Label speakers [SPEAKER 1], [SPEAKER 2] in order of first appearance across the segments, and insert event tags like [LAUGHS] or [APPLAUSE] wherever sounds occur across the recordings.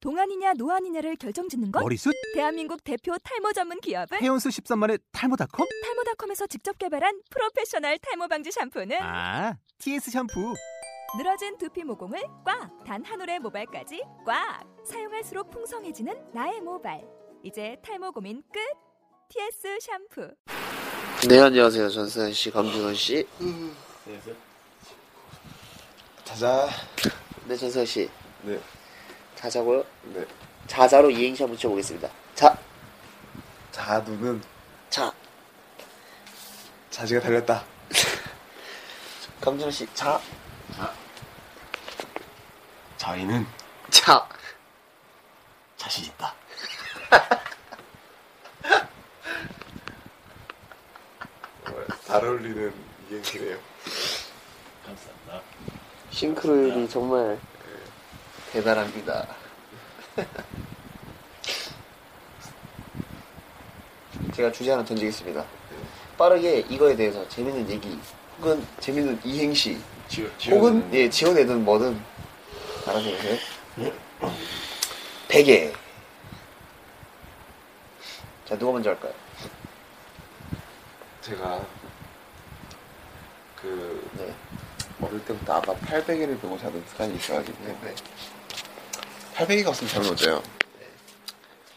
[SPEAKER 1] 동안이냐 노안이냐를 결정짓는 건
[SPEAKER 2] 머리숱?
[SPEAKER 1] 대한민국 대표 탈모 전문 기업은
[SPEAKER 2] 헤어스 13만의 탈모닷컴?
[SPEAKER 1] 탈모닷컴에서 직접 개발한 프로페셔널 탈모 방지 샴푸는
[SPEAKER 2] 아, TS 샴푸.
[SPEAKER 1] 늘어진 두피 모공을 꽉 단 한 올의 모발까지 꽉 사용할수록 풍성해지는 나의 모발 이제 탈모 고민 끝 TS 샴푸
[SPEAKER 3] 네 안녕하세요 전선 씨 감준원 씨.
[SPEAKER 4] 안녕하세요.
[SPEAKER 5] 자자.
[SPEAKER 3] 네 전선 씨
[SPEAKER 5] 네.
[SPEAKER 3] 자자고요.
[SPEAKER 5] 네.
[SPEAKER 3] 자자로 이행시 한번 쳐보겠습니다. 자,
[SPEAKER 5] 자두는
[SPEAKER 3] 자
[SPEAKER 5] 자지가 달렸다.
[SPEAKER 3] 감준원 씨 자,
[SPEAKER 5] 자이는
[SPEAKER 3] 자.
[SPEAKER 5] 자신
[SPEAKER 3] [LAUGHS]
[SPEAKER 5] 있다. 어, 잘 어울리는 이행시네요.
[SPEAKER 4] 감사합니다.
[SPEAKER 3] 싱크로율이 정말 대단합니다. [LAUGHS] 제가 주제 하나 던지겠습니다. 빠르게 이거에 대해서 재밌는 얘기 혹은 재밌는 이행시
[SPEAKER 4] 지원,
[SPEAKER 3] 혹은 예 지원해든 뭐든 알아서 해주세요. 베개. 자 누가 먼저 할까요?
[SPEAKER 5] 제가 그
[SPEAKER 3] 네.
[SPEAKER 5] 어릴 때부터 아빠 800일을 배고 자는 습관이 있어가지고 800이가 네, 없으면 잠을 못 자요.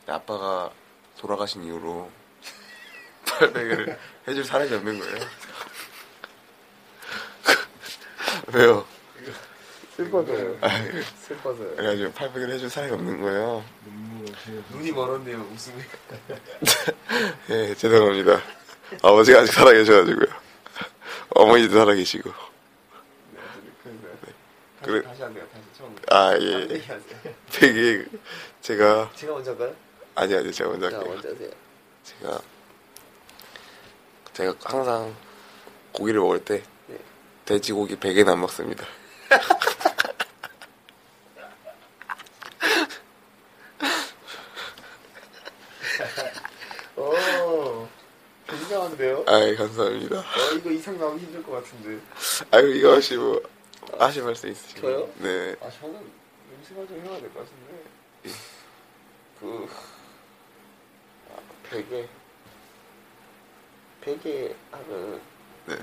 [SPEAKER 5] 근데 아빠가 돌아가신 이후로 800일을 해줄 사람이 없는 거예요. [LAUGHS] 왜요? 아,
[SPEAKER 3] 슬퍼서요. 슬퍼서요.
[SPEAKER 5] 그래가지고 800을 해줄 사람이 없는 거예요.
[SPEAKER 3] 눈이 멀었네요 웃음이.
[SPEAKER 5] [LAUGHS] 예, 죄송합니다. 아버지가 아직 살아계셔가지고요. 어머니도 살아계시고. 그래.
[SPEAKER 3] 네, 다시 안 돼요. 다시 처음.
[SPEAKER 5] 아, 예. 되게 제가
[SPEAKER 3] 제가 먼저 할까요?
[SPEAKER 5] 아니 아니 제가 먼저
[SPEAKER 3] 자
[SPEAKER 5] 할게요.
[SPEAKER 3] 먼저 하세요.
[SPEAKER 5] 제가 제가 항상 고기를 먹을 때
[SPEAKER 3] 네.
[SPEAKER 5] 돼지고기 100개는 안 먹습니다.
[SPEAKER 3] [LAUGHS] 오 굉장한데요?
[SPEAKER 5] 아이 감사합니다.
[SPEAKER 3] 어, 이거 이상 나오기 힘들 것 같은데.
[SPEAKER 5] 아유 이거 혹시 뭐 하실 말씀 있으시면
[SPEAKER 3] 저요?
[SPEAKER 5] 네.
[SPEAKER 3] 아 저는 음식을 좀 해야 될 것 같은데. 그 아, 베개 베개 하면
[SPEAKER 5] 네.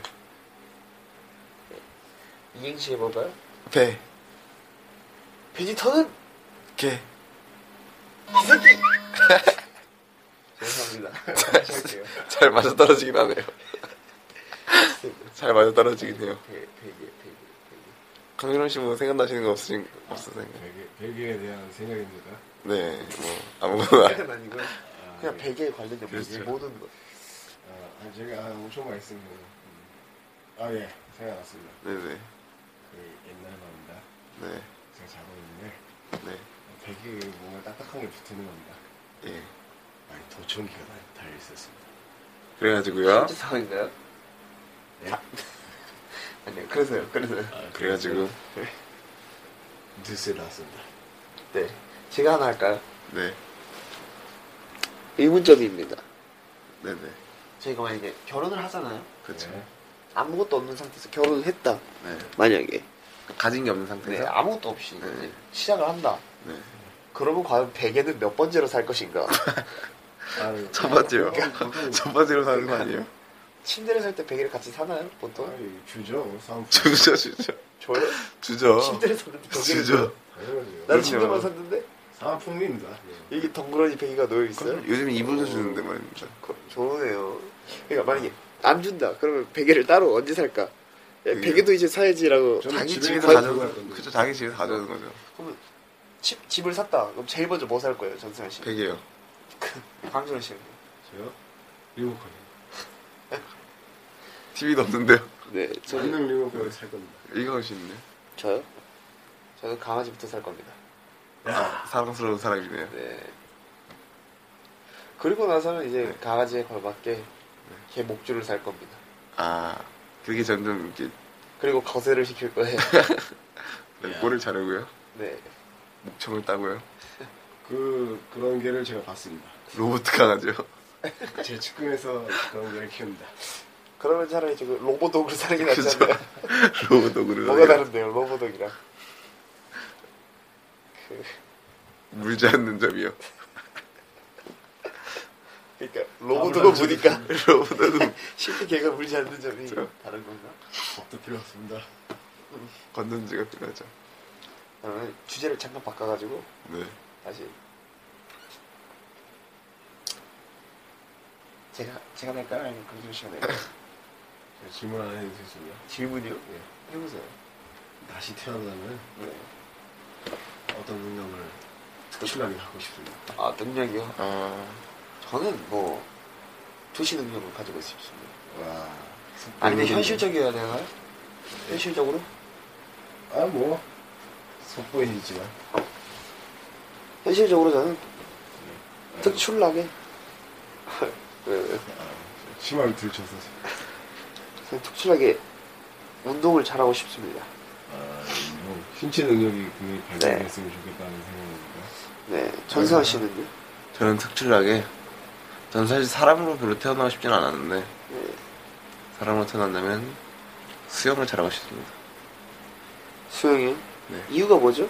[SPEAKER 3] 이행시 해볼까요?
[SPEAKER 5] 배,
[SPEAKER 3] 베지터는
[SPEAKER 5] 네. 개. [LAUGHS]
[SPEAKER 3] 죄송합니다. 다시 할게요.
[SPEAKER 5] 잘 맞아
[SPEAKER 3] [LAUGHS]
[SPEAKER 5] 떨어지긴 하네요. 잘 맞아 떨어지긴 해요.
[SPEAKER 3] 베, 베개 베개
[SPEAKER 5] 강민호 씨뭐 생각나시는 거 없으신 없으세요?
[SPEAKER 4] 베개, 베개에 대한 생각입니다.
[SPEAKER 5] 네. 뭐 아무거나.
[SPEAKER 3] 베개는 아니고요.
[SPEAKER 4] 아,
[SPEAKER 3] 그냥 베개에 관련된
[SPEAKER 4] 그렇죠.
[SPEAKER 3] 모든 거.
[SPEAKER 4] 아, 제가 한 5초만 있으면 음. 아, 예. 생각났습니다.
[SPEAKER 5] 네네.
[SPEAKER 4] 그 옛날 말입니다.
[SPEAKER 5] 네.
[SPEAKER 4] 제가 자고 있는데
[SPEAKER 5] 네.
[SPEAKER 4] 베개에 뭔가 딱딱한 게 붙는 겁니다.
[SPEAKER 5] 예.
[SPEAKER 4] 아니, 도청기가 달- 달려있었습니다.
[SPEAKER 5] 그래가지고요.
[SPEAKER 3] 진짜 상황인가요? 예?
[SPEAKER 4] 네?
[SPEAKER 3] [LAUGHS] 아니요. 그래서요. 그래서요.
[SPEAKER 4] 아,
[SPEAKER 5] 그래가지고
[SPEAKER 4] 뉴스에 나왔습니다. 예.
[SPEAKER 3] 네. 제가 하나 할까요?
[SPEAKER 5] 네.
[SPEAKER 3] 의문점입니다.
[SPEAKER 5] 네네.
[SPEAKER 3] 저희가 만약에 결혼을 하잖아요.
[SPEAKER 5] 그렇죠.
[SPEAKER 4] 네.
[SPEAKER 3] 아무것도 없는 상태에서 결혼을 했다.
[SPEAKER 5] 네.
[SPEAKER 3] 만약에
[SPEAKER 5] 가진 게 없는
[SPEAKER 3] 네,
[SPEAKER 5] 상태에서.
[SPEAKER 3] 아무것도 없이
[SPEAKER 5] 네.
[SPEAKER 3] 이제 시작을 한다.
[SPEAKER 5] 네.
[SPEAKER 3] 그러면 과연 베개는 몇 번째로 살 것인가?
[SPEAKER 4] 아,
[SPEAKER 5] [LAUGHS] 첫 번째요. [LAUGHS]
[SPEAKER 4] 보통-
[SPEAKER 5] 첫 번째로 사는 거 아니에요?
[SPEAKER 3] 침대를 살 때 베개를 같이 사나요?
[SPEAKER 4] 아,
[SPEAKER 3] 보통?
[SPEAKER 4] 이거 주죠. 싸움.
[SPEAKER 5] 주죠, 주죠.
[SPEAKER 3] 저요?
[SPEAKER 5] 주죠.
[SPEAKER 3] 침대를 샀는데
[SPEAKER 5] [LAUGHS]
[SPEAKER 3] 베개를
[SPEAKER 5] 주죠.
[SPEAKER 4] 당연하죠.
[SPEAKER 3] 난
[SPEAKER 5] 어. 그럼요.
[SPEAKER 3] 침대만 샀는데
[SPEAKER 4] 사은품입니다. 예.
[SPEAKER 3] 여기 덩그러니 베개가 놓여있어요?
[SPEAKER 5] 요즘 이불도 주는데 말입니다.
[SPEAKER 3] 그, 좋으네요. 그러니까 만약에 안 준다. 그러면 베개를 따로 언제 살까? 야,
[SPEAKER 5] 그게-
[SPEAKER 3] 베개도 이제 사야지라고
[SPEAKER 4] 저는
[SPEAKER 5] 자기
[SPEAKER 4] 집에
[SPEAKER 5] 집에서
[SPEAKER 4] 가지고
[SPEAKER 5] 가져오는
[SPEAKER 4] 갈 건데.
[SPEAKER 5] 거죠. 그죠, 자기 집에서 가져오는 거죠.
[SPEAKER 3] 그러면 집, 집을 샀다. 그럼 제일 먼저 뭐 살 거예요? 전승현 씨.
[SPEAKER 5] 베개요.
[SPEAKER 3] 강준호 씨.
[SPEAKER 4] 저요? 리모컨.
[SPEAKER 5] TV도 없는데요. [LAUGHS]
[SPEAKER 3] 네, 저는
[SPEAKER 4] 전능 리모컨을 살 겁니다.
[SPEAKER 5] 이거 있네
[SPEAKER 3] 저요? 저는 강아지부터 살 겁니다.
[SPEAKER 5] 아, 사랑스러운 사람이네요.
[SPEAKER 3] 네. 그리고 나서는 이제 강아지에 걸맞게 개 목줄을 살 겁니다.
[SPEAKER 5] 아, 그게 점점 이렇게
[SPEAKER 3] 그리고 거세를 시킬 거예요.
[SPEAKER 4] 야.
[SPEAKER 5] 꼬를 자르고요.
[SPEAKER 3] 네.
[SPEAKER 5] 목청을 따고요.
[SPEAKER 4] 그 그런 개를 제가 봤습니다.
[SPEAKER 5] 로봇 강아지요. [LAUGHS]
[SPEAKER 4] 제 측근에서 그런 개를 키웁니다. [LAUGHS]
[SPEAKER 3] 그러면 차라리 지금 로보독을 사는 게 낫지
[SPEAKER 5] 그죠.
[SPEAKER 3] 않나요?
[SPEAKER 5] 로봇 도구를.
[SPEAKER 3] 뭐가 다른데요, 로보독이랑? 그
[SPEAKER 5] 물지 않는 점이요.
[SPEAKER 3] 그러니까
[SPEAKER 4] 아무런
[SPEAKER 3] 로봇도
[SPEAKER 4] 점이
[SPEAKER 3] 보니까
[SPEAKER 5] 로봇은
[SPEAKER 3] [LAUGHS] 실제 걔가 물지 않는 점이
[SPEAKER 5] 저-
[SPEAKER 3] 다른 건가?
[SPEAKER 4] 법도 필요 없습니다.
[SPEAKER 5] 건전지가 필요하죠.
[SPEAKER 3] 저는 주제를 잠깐 바꿔가지고
[SPEAKER 5] 네.
[SPEAKER 3] 다시 제가 제가 낼까요? 아니면 금준 씨가 낼까요?
[SPEAKER 4] 네, 질문 안 해도 되시나요?
[SPEAKER 3] 질문이요?
[SPEAKER 4] 네.
[SPEAKER 3] 해보세요.
[SPEAKER 4] 다시 태어나면
[SPEAKER 3] 네.
[SPEAKER 4] 어떤 능력을 특출나게 하고 싶습니다.
[SPEAKER 3] 아 능력이요?
[SPEAKER 5] 아,
[SPEAKER 3] 어. 저는 뭐 도시 능력을 가지고 싶습니다.
[SPEAKER 4] 와.
[SPEAKER 3] 아니 근데 현실적이어야 되나요? 현실적으로?
[SPEAKER 4] 아, 뭐. 속보이지만.
[SPEAKER 3] 현실적으로 저는 특출나게 그,
[SPEAKER 4] 심하게 들쳐서.
[SPEAKER 3] 저는 네, 특출나게 운동을 잘하고 싶습니다.
[SPEAKER 4] 아, 뭐, 신체 능력이 분명히 발달됐으면 좋겠다는 생각입니다.
[SPEAKER 3] 네, 전세환 씨는요?
[SPEAKER 5] 저는 특출나게. 저는 사실 사람으로 별로 태어나고 싶진 않았는데
[SPEAKER 3] 네,
[SPEAKER 5] 사람으로 태어난다면 수영을 잘하고 싶습니다.
[SPEAKER 3] 수영이요?
[SPEAKER 5] 네.
[SPEAKER 3] 이유가 뭐죠?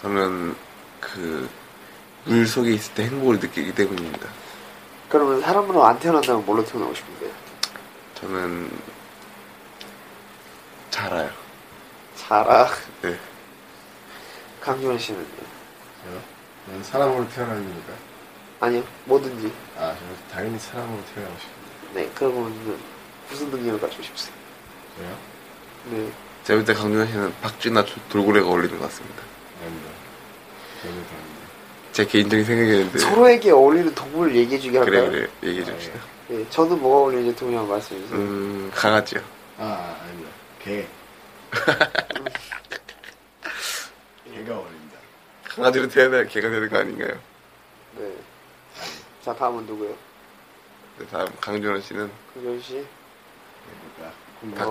[SPEAKER 5] 저는 그 물 속에 있을 때 행복을 느끼기 때문입니다.
[SPEAKER 3] 그러면 사람으로 안 태어난다면 뭘로 태어나고 싶은데요?
[SPEAKER 5] 저는 잘 알아요.
[SPEAKER 3] 자라.
[SPEAKER 5] 네.
[SPEAKER 3] 아, 강지원 씨는요?
[SPEAKER 4] 저요? 저는 사람으로 태어났으니까.
[SPEAKER 3] 아니요, 뭐든지.
[SPEAKER 4] 아, 저는 당연히 사람으로 태어나고 싶습니다.
[SPEAKER 3] 네, 그러면 무슨 능력을 가지고 싶으세요?
[SPEAKER 4] 저요?
[SPEAKER 3] 네.
[SPEAKER 5] 제가 볼때 강준현 씨는 박쥐나 조- 돌고래가 어울리는 것 같습니다.
[SPEAKER 4] 아닙니다. 전혀 다릅니다.
[SPEAKER 5] 제 개인적인 생각이었는데
[SPEAKER 3] 네. 서로에게 어울리는 동물을 얘기해주게 할까요?
[SPEAKER 5] 그래 그래 얘기해 줍시다.
[SPEAKER 4] 아,
[SPEAKER 3] 네, 저는 뭐가 어울리는지 동이 한 말씀해주세요.
[SPEAKER 5] 음 강아지요.
[SPEAKER 4] 아, 아, 아닙니다.
[SPEAKER 3] [LAUGHS]
[SPEAKER 4] 개. 개가 어울립니다.
[SPEAKER 5] 강아지로 태어나야 개가 되는 거 아닌가요?
[SPEAKER 3] 네. 자, 다음은 누구요?
[SPEAKER 5] 네, 다음 강준현 씨는
[SPEAKER 3] 강지원 씨?
[SPEAKER 4] 그러니까.
[SPEAKER 3] 어.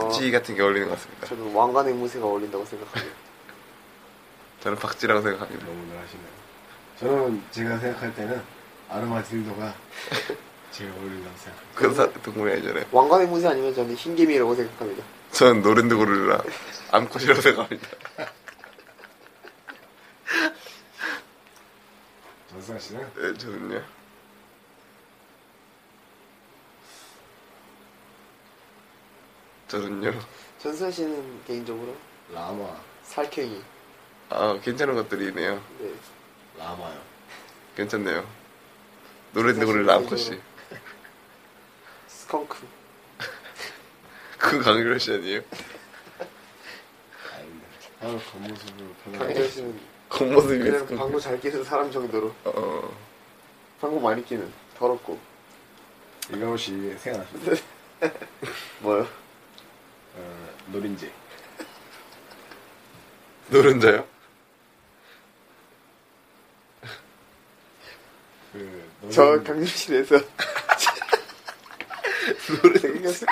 [SPEAKER 5] 박쥐 같은 게 어울리는 것 같습니다.
[SPEAKER 3] 저는 왕관의 무쇠가 어울린다고 생각합니다. [LAUGHS]
[SPEAKER 5] 저는 박쥐라고 생각합니다. 뭐
[SPEAKER 4] 너무나 하시네요. 저는 제가 생각할 때는 아르마딜도가 [LAUGHS] 제일 어울린다고 생각합니다.
[SPEAKER 5] 그 사- 동물이 아니잖아요.
[SPEAKER 3] 왕관의 무쇠 아니면 저는 흰개미라고 생각합니다.
[SPEAKER 5] 저는 노랜드 고릴라 암컷이라고 생각합니다. [LAUGHS]
[SPEAKER 4] 전상 씨는
[SPEAKER 5] 네, 저는요. 저는요.
[SPEAKER 3] 전선 씨는 개인적으로
[SPEAKER 4] 라마,
[SPEAKER 3] 살쾡이.
[SPEAKER 5] 아 괜찮은 것들이네요.
[SPEAKER 3] 네.
[SPEAKER 4] 라마요.
[SPEAKER 5] 괜찮네요. 노랜드 고릴라 암컷이
[SPEAKER 3] 스컹크.
[SPEAKER 5] 그 강준현 씨 아니에요?
[SPEAKER 4] 아닙니다. 바로 겉모습으로
[SPEAKER 3] 강지원
[SPEAKER 4] 변하고
[SPEAKER 3] 씨는
[SPEAKER 5] 겉모습이
[SPEAKER 3] 그냥
[SPEAKER 5] 스컹크.
[SPEAKER 3] 방구 잘 끼는 사람 정도로.
[SPEAKER 5] 어.
[SPEAKER 3] 방구 많이 끼는. 더럽고.
[SPEAKER 4] 이강호 씨 생각나십니까?
[SPEAKER 3] 뭐요?
[SPEAKER 4] 어, 노린지.
[SPEAKER 5] 노른자요? [LAUGHS]
[SPEAKER 4] 그, 노린-
[SPEAKER 3] 저 강림실에서 [LAUGHS] 노래 생겼어요.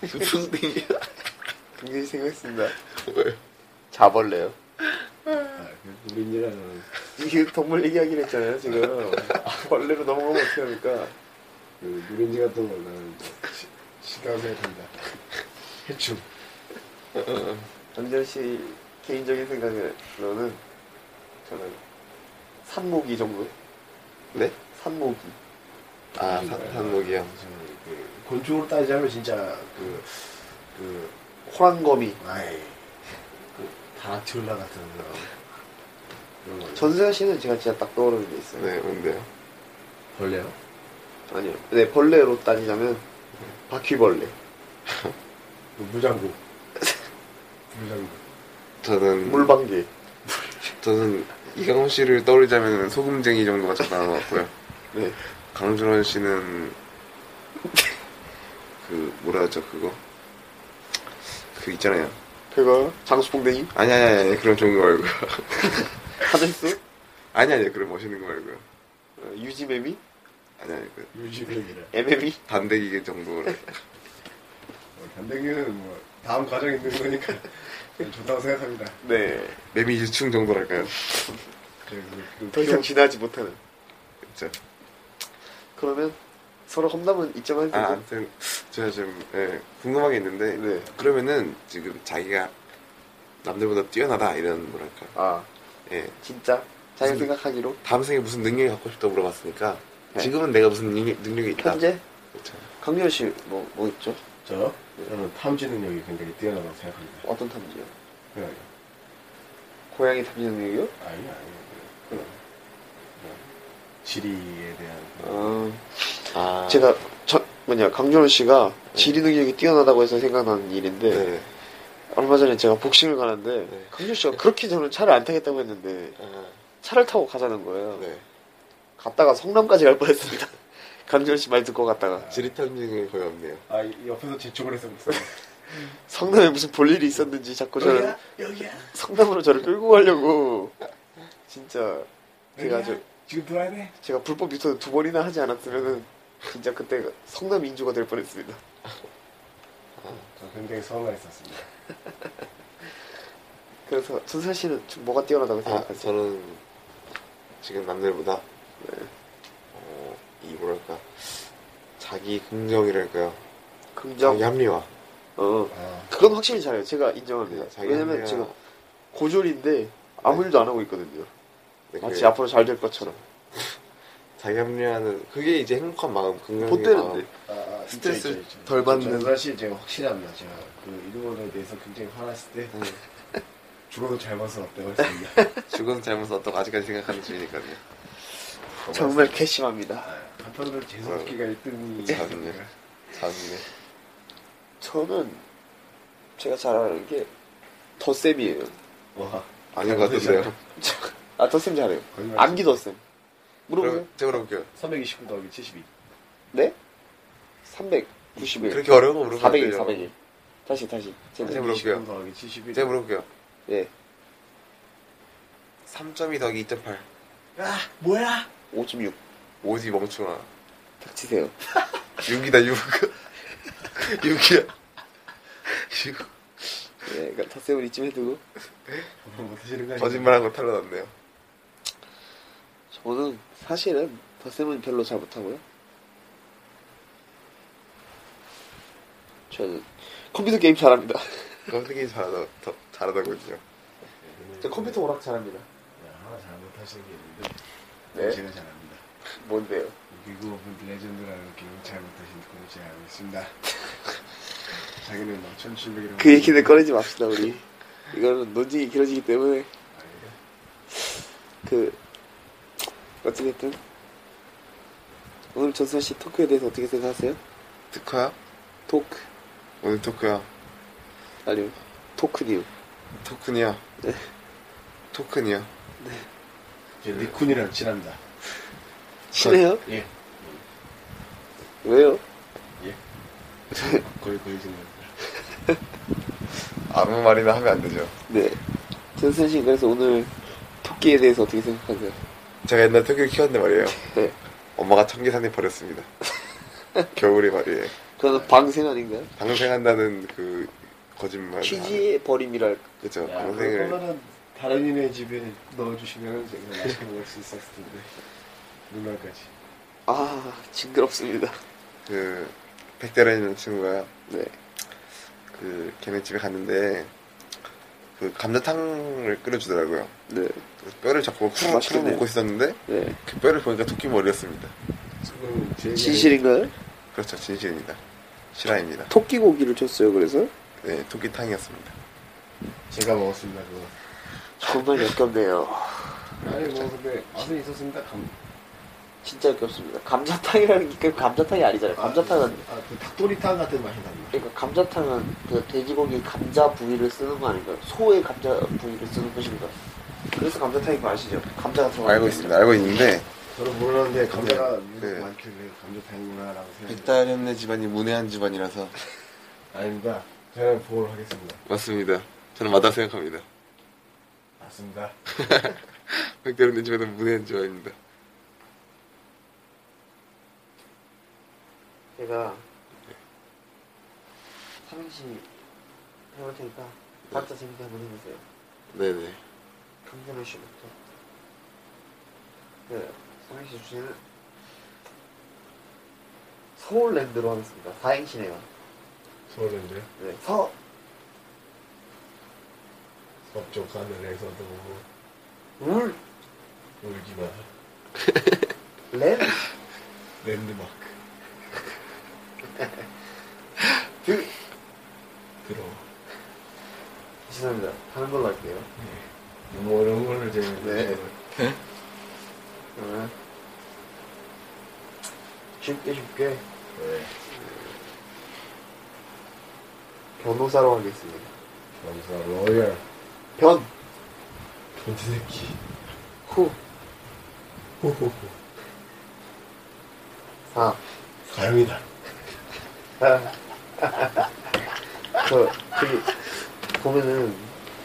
[SPEAKER 5] 무슨 띵이야?
[SPEAKER 3] 강림실 생겼습니다.
[SPEAKER 5] 뭐예요?
[SPEAKER 3] 자벌레요.
[SPEAKER 4] 아, 그 노린지라는
[SPEAKER 3] 이게 동물 얘기하긴 했잖아요 [LAUGHS] 지금. 벌레로 넘어가면 어떻게 합니까?
[SPEAKER 4] 그 노린지 같은 걸 나는 시- 싫다고 생각합니다. 해충.
[SPEAKER 3] 강재현 씨 개인적인 생각으로는 저는 산모기 정도.
[SPEAKER 5] 네?
[SPEAKER 3] 산모기.
[SPEAKER 5] 아, 산- 산모기요.
[SPEAKER 4] 저는 그 곤충으로 따지자면 진짜 그, 그,
[SPEAKER 3] 호랑거미.
[SPEAKER 4] 아이, 그 다락툴라 같은 그런 그런 거.
[SPEAKER 3] 전세현 씨는 제가 진짜 딱 떠오르는 게 있어요.
[SPEAKER 5] 네, 뭔데요?
[SPEAKER 4] 벌레요?
[SPEAKER 3] 아니요. 네 벌레로 따지자면 바퀴벌레.
[SPEAKER 4] 그 물장구. [LAUGHS] 물장구.
[SPEAKER 5] 저는
[SPEAKER 3] 물방개.
[SPEAKER 5] 저는 이강호 씨를 떠올리자면 소금쟁이 정도가 적당한 것 같고요.
[SPEAKER 3] [LAUGHS] 네.
[SPEAKER 5] 강준원 씨는 그 뭐라 하죠 그거 그 있잖아요.
[SPEAKER 3] 그거 장수풍뎅이.
[SPEAKER 5] 아니 아니 아니, 아니 그런 좋은 거 말고요. [LAUGHS]
[SPEAKER 3] 하늘수.
[SPEAKER 5] 아니 아니 그런 멋있는 거 말고요.
[SPEAKER 3] 어, 유지매미.
[SPEAKER 5] 아니 아니 그
[SPEAKER 4] 유지병이라.
[SPEAKER 3] 애매미.
[SPEAKER 5] 반대기계 정도로
[SPEAKER 4] 단백은 뭐 다음 과정 있는 거니까 [LAUGHS] 좋다고 생각합니다.
[SPEAKER 3] 네.
[SPEAKER 5] 매미 유충 정도랄까요?
[SPEAKER 4] 네, 그리고
[SPEAKER 3] 더 이상 지나지 못하는.
[SPEAKER 5] 그렇죠.
[SPEAKER 3] 그러면 서로 험담은 잊지 말고.
[SPEAKER 5] 아, 아무튼 제가 좀 예, 궁금한 게 있는데
[SPEAKER 3] 네.
[SPEAKER 5] 그러면은 지금 자기가 남들보다 뛰어나다 이런 뭐랄까
[SPEAKER 3] 아
[SPEAKER 5] 예
[SPEAKER 3] 진짜 자기
[SPEAKER 5] 무슨-
[SPEAKER 3] 생각하기로
[SPEAKER 5] 다음 생에 무슨 능력이 갖고 싶다고 물어봤으니까
[SPEAKER 3] 네.
[SPEAKER 5] 지금은 내가 무슨 능력, 능력이 있다
[SPEAKER 3] 현재
[SPEAKER 5] 그렇죠.
[SPEAKER 3] 강렬 씨뭐 뭐 있죠?
[SPEAKER 4] 저요? 저는 탐지 능력이 굉장히 뛰어나다고 생각합니다.
[SPEAKER 3] 어떤 탐지요?
[SPEAKER 4] 그래요.
[SPEAKER 3] 고양이 탐지 능력이요?
[SPEAKER 4] 아니 아니. 그냥 그냥 지리에 대한 그런
[SPEAKER 3] 아,
[SPEAKER 5] 아
[SPEAKER 3] 제가 저 뭐냐 강렬 씨가 지리 능력이 뛰어나다고 해서 생각나는 일인데
[SPEAKER 5] 네.
[SPEAKER 3] 얼마 전에 제가 복싱을 가는데
[SPEAKER 5] 네.
[SPEAKER 3] 강렬 씨가 그렇게 저는 차를 안 타겠다고 했는데
[SPEAKER 5] 아,
[SPEAKER 3] 차를 타고 가자는 거예요.
[SPEAKER 5] 네.
[SPEAKER 3] 갔다가 성남까지 갈 뻔했습니다. [LAUGHS] 강렬 씨 말 듣고 갔다가
[SPEAKER 5] 지리탐 능력이 거의 없네요
[SPEAKER 4] 아 이- 옆에서 재촉을 해서 그랬어요.
[SPEAKER 3] 성남에 무슨 볼 일이 있었는지 자꾸 저를
[SPEAKER 4] 여기야 여기야.
[SPEAKER 3] 성남으로 저를 끌고 가려고 진짜 제가
[SPEAKER 4] 여기야.
[SPEAKER 3] 저
[SPEAKER 4] 지금 들어야 돼.
[SPEAKER 3] 제가 불법 유턴 두 번이나 하지 않았으면은 진짜 그때 성남 인조가 될 뻔했습니다.
[SPEAKER 4] 저 굉장히 서운했었습니다.
[SPEAKER 3] 그래서 순살 씨는 좀 뭐가 뛰어나다고
[SPEAKER 5] 아
[SPEAKER 3] 생각하세요?
[SPEAKER 5] 저는 지금 남들보다 네. 어, 이 뭐랄까 자기 긍정이랄까요
[SPEAKER 3] 긍정.
[SPEAKER 5] 자기 합리화
[SPEAKER 3] 어.
[SPEAKER 4] 아,
[SPEAKER 3] 그건 확실히 잘해요. 제가 인정합니다.
[SPEAKER 5] 네, 자기
[SPEAKER 3] 왜냐면
[SPEAKER 5] 합리화.
[SPEAKER 3] 제가 고졸인데 아무 일도 안 하고 있거든요. 마치
[SPEAKER 5] 네, 그래요. 네,
[SPEAKER 3] 앞으로 잘 될 것처럼.
[SPEAKER 5] 자기 합리화는 그게 이제 행복한 마음 긍정적인
[SPEAKER 3] 보태는데.
[SPEAKER 5] 마음
[SPEAKER 4] 아, 아, 있죠,
[SPEAKER 5] 스트레스
[SPEAKER 4] 있죠, 있죠.
[SPEAKER 5] 덜 받는-
[SPEAKER 4] 저는 그렇죠. 사실 제가 확실합니다. 제가 그 일본에 대해서 굉장히 화났을 때
[SPEAKER 5] 네.
[SPEAKER 4] [LAUGHS] 죽어도 잘 봐서 어때요?
[SPEAKER 5] [LAUGHS] [LAUGHS]
[SPEAKER 4] 했습니다.
[SPEAKER 5] 죽어서 잘못 썼다고 아직까지 생각하는 중이니까요
[SPEAKER 3] 정말 괘씸합니다.
[SPEAKER 4] 아, 한편으로는 재수없기가 1등이
[SPEAKER 5] 어. 잘했네. 잘했네
[SPEAKER 3] 저는 제가 잘 아는 게 더쌤이에요. [LAUGHS]
[SPEAKER 4] 와
[SPEAKER 5] 아닌 것 같은데요
[SPEAKER 3] 아, 더쌤 잘해요.
[SPEAKER 4] 거짓말
[SPEAKER 3] 암기 더쌤. 물어보세요.
[SPEAKER 5] 그럼 제가 물어볼게요
[SPEAKER 4] 329 더하기 72
[SPEAKER 3] 네? 391.
[SPEAKER 5] 그렇게 어려운 거 물어보면 안
[SPEAKER 3] 401,
[SPEAKER 5] 돼요
[SPEAKER 3] 401. 다시, 다시. 제가.
[SPEAKER 5] 제가 물어볼게요.
[SPEAKER 4] 29 더하기 71
[SPEAKER 5] 제가 물어볼게요
[SPEAKER 3] 예.
[SPEAKER 5] 3.2 더하기 2.8
[SPEAKER 4] 아 뭐야
[SPEAKER 3] 5.6.
[SPEAKER 5] 오지 멍충아
[SPEAKER 3] 닥치세요.
[SPEAKER 5] 6이다 [LAUGHS] 6 6이야 6
[SPEAKER 3] 예, 그러니까 덧셈을 이쯤 해두고.
[SPEAKER 4] 한번 뭐 못하시는 거 아니에요?
[SPEAKER 5] 거짓말한 거 탈러났네요
[SPEAKER 3] 저는 사실은 덧셈은 별로 잘 못하고요. 저는 컴퓨터 게임 잘합니다. [LAUGHS]
[SPEAKER 5] 그럼 되게 잘하다 더, 잘하다군요
[SPEAKER 3] 저 컴퓨터 오락 잘합니다.
[SPEAKER 4] 야, 네, 하나 잘 못하시는 게 있는데
[SPEAKER 3] 네?
[SPEAKER 4] 제가 잘합니다
[SPEAKER 3] 뭔데요?
[SPEAKER 4] 미국 오픈 레전드라는 게임 잘 못하시는 걸 제가 알고
[SPEAKER 5] [LAUGHS]
[SPEAKER 4] 있습니다 자기는 막 1700이라고
[SPEAKER 3] 그 얘기는 꺼내지 맙시다, 우리. 이거는 논쟁이 길어지기 때문에, 그, 어찌됐든. 오늘 전수아 씨 토크에 대해서 어떻게 생각하세요?
[SPEAKER 5] 특화야?
[SPEAKER 3] 토크.
[SPEAKER 5] 오늘 토크야
[SPEAKER 3] 아니요. 토크니요.
[SPEAKER 5] 토큰이야
[SPEAKER 3] 네.
[SPEAKER 5] 토큰이야
[SPEAKER 4] 제 니쿤이랑 친합니다
[SPEAKER 3] 친해요?
[SPEAKER 4] 예
[SPEAKER 3] 왜요?
[SPEAKER 4] 거의 거의 친합니다
[SPEAKER 5] 아무 말이나 하면 안 되죠
[SPEAKER 3] 네. 전수아 씨, 그래서 오늘 토끼에 대해서 어떻게 생각하세요?
[SPEAKER 5] 제가 옛날 토끼를 키웠는데 말이에요
[SPEAKER 3] 네.
[SPEAKER 5] 엄마가 청계산에 버렸습니다 겨울에 말이에요
[SPEAKER 3] 그건 방생 아닌가요?
[SPEAKER 5] 방생한다는 그 거짓말
[SPEAKER 3] 취지의 버림이랄까.
[SPEAKER 5] 그죠
[SPEAKER 4] 야,
[SPEAKER 5] 방생을
[SPEAKER 4] 그러면은 다른 인의 집에 넣어주시면 제가 맛있게 먹을 수 있었을 텐데 눈알까지
[SPEAKER 3] 아, 징그럽습니다.
[SPEAKER 5] 그 백대라는 친구가
[SPEAKER 3] 네.
[SPEAKER 5] 그 걔네 집에 갔는데 그 감자탕을 끓여주더라고요
[SPEAKER 3] 네.
[SPEAKER 5] 아, 그래서 뼈를 잡고 후루룩
[SPEAKER 3] 맛있겠네요.
[SPEAKER 5] 먹고 있었는데
[SPEAKER 3] 네.
[SPEAKER 5] 그 뼈를 보니까 토끼 머리였습니다
[SPEAKER 4] 지금 제 얘기는
[SPEAKER 3] 진실인가요?
[SPEAKER 5] 그렇죠 진실입니다 실화입니다
[SPEAKER 3] 토끼 고기를 줬어요, 그래서.
[SPEAKER 5] 네 토끼탕이었습니다
[SPEAKER 4] 제가 먹었습니다 그거
[SPEAKER 3] 정말 역겹네요.
[SPEAKER 4] 아니 뭐 근데 맛은 있었습니다 감...
[SPEAKER 3] 진짜 역겹습니다. 감자탕이라는 게 그 감자탕이 아니잖아요. 감자탕은
[SPEAKER 4] 아, 그 닭도리탕 같은 맛이 납니다
[SPEAKER 3] 그러니까 감자탕은 그 돼지고기 감자 부위를 쓰는 거 아닌가요? 소의 감자 부위를 쓰는 것인가? 그래서 감자탕인 거 아시죠? 감자가 들어가
[SPEAKER 5] 알고 있습니다 알고 있는데
[SPEAKER 4] 저는 모르는데 감자가
[SPEAKER 5] 네.
[SPEAKER 4] 유독
[SPEAKER 5] 네.
[SPEAKER 4] 많길래 감자탕이구나라고 생각했다
[SPEAKER 5] 백달현네 집안이 문외한 집안이라서
[SPEAKER 4] 아닙니다 저는 보호를 하겠습니다
[SPEAKER 5] [LAUGHS] 맞습니다. 저는 맞다 생각합니다.
[SPEAKER 4] 맞습니다
[SPEAKER 5] 백달현네 집안은 문외한 집안입니다.
[SPEAKER 3] 제가 삼행시 해볼 테니까 각자 재밌게 한번 해보세요.
[SPEAKER 5] 네네.
[SPEAKER 3] 감자는 씨부터. 네, 삼행시 주제는 서울랜드로 하겠습니다. 사행시네요.
[SPEAKER 4] 서울랜드요?
[SPEAKER 3] 네, 서
[SPEAKER 4] 법적 하늘에서도
[SPEAKER 3] 울,
[SPEAKER 4] 울지마
[SPEAKER 3] [LAUGHS] 렘,
[SPEAKER 4] 랜드마크
[SPEAKER 3] 드.
[SPEAKER 4] 들어
[SPEAKER 3] 죄송합니다. 하는 걸로 할게요.
[SPEAKER 4] 뭐 이런 걸로 제가
[SPEAKER 3] 네. 응. 쉽게 쉽게
[SPEAKER 4] 네.
[SPEAKER 3] 변호사로 하겠습니다.
[SPEAKER 4] 감사 로열
[SPEAKER 3] 변,
[SPEAKER 4] 돈새끼
[SPEAKER 3] 후,
[SPEAKER 4] 호호호
[SPEAKER 3] 아.
[SPEAKER 4] 가영이다
[SPEAKER 3] 저, 저기, 보면은,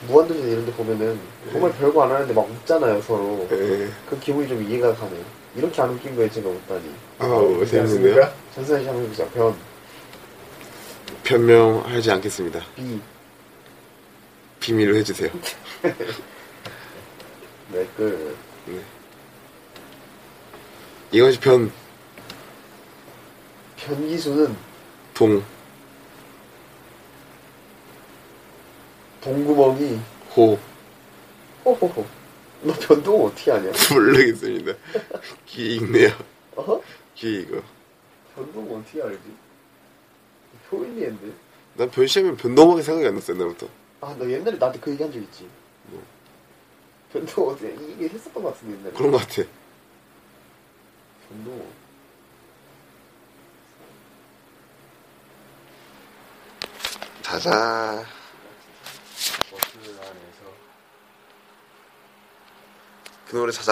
[SPEAKER 3] 무한도전 이런 데 보면은, 정말 별거 안 하는데 막 웃잖아요, 서로. 그 기분이 좀 이해가 가네요. 이렇게 안 웃긴 거예요, 제가 웃다니.
[SPEAKER 4] 어,
[SPEAKER 5] 아우 재밌는데요?
[SPEAKER 3] 전선이 한번 해보자. 변,
[SPEAKER 5] 변명하지 않겠습니다.
[SPEAKER 3] 비,
[SPEAKER 5] 비밀로 해주세요.
[SPEAKER 3] 네, 끝.
[SPEAKER 5] 이것이
[SPEAKER 3] 변기수는
[SPEAKER 5] 변동호
[SPEAKER 3] 동구멍이,
[SPEAKER 5] [LAUGHS]
[SPEAKER 3] 호호호. 너 변동 어떻게 아냐?
[SPEAKER 5] 모르겠습니다. 귀 익네요.
[SPEAKER 3] 어?
[SPEAKER 5] 귀 이거.
[SPEAKER 3] 변동 어떻게 알지? 효인이인데?
[SPEAKER 5] 난 변시하면 변동하게 생각이 안 났어 옛날부터.
[SPEAKER 3] 아, 너 옛날에 나한테 그 얘기 한 적 있지?
[SPEAKER 4] 뭐?
[SPEAKER 3] 변동 어떻게, 이게 했었던 것 같은데, 옛날에.
[SPEAKER 5] 그런 것 같아.
[SPEAKER 3] 변동.
[SPEAKER 5] 자자.
[SPEAKER 4] 버스 안에서
[SPEAKER 5] 그 노래 자자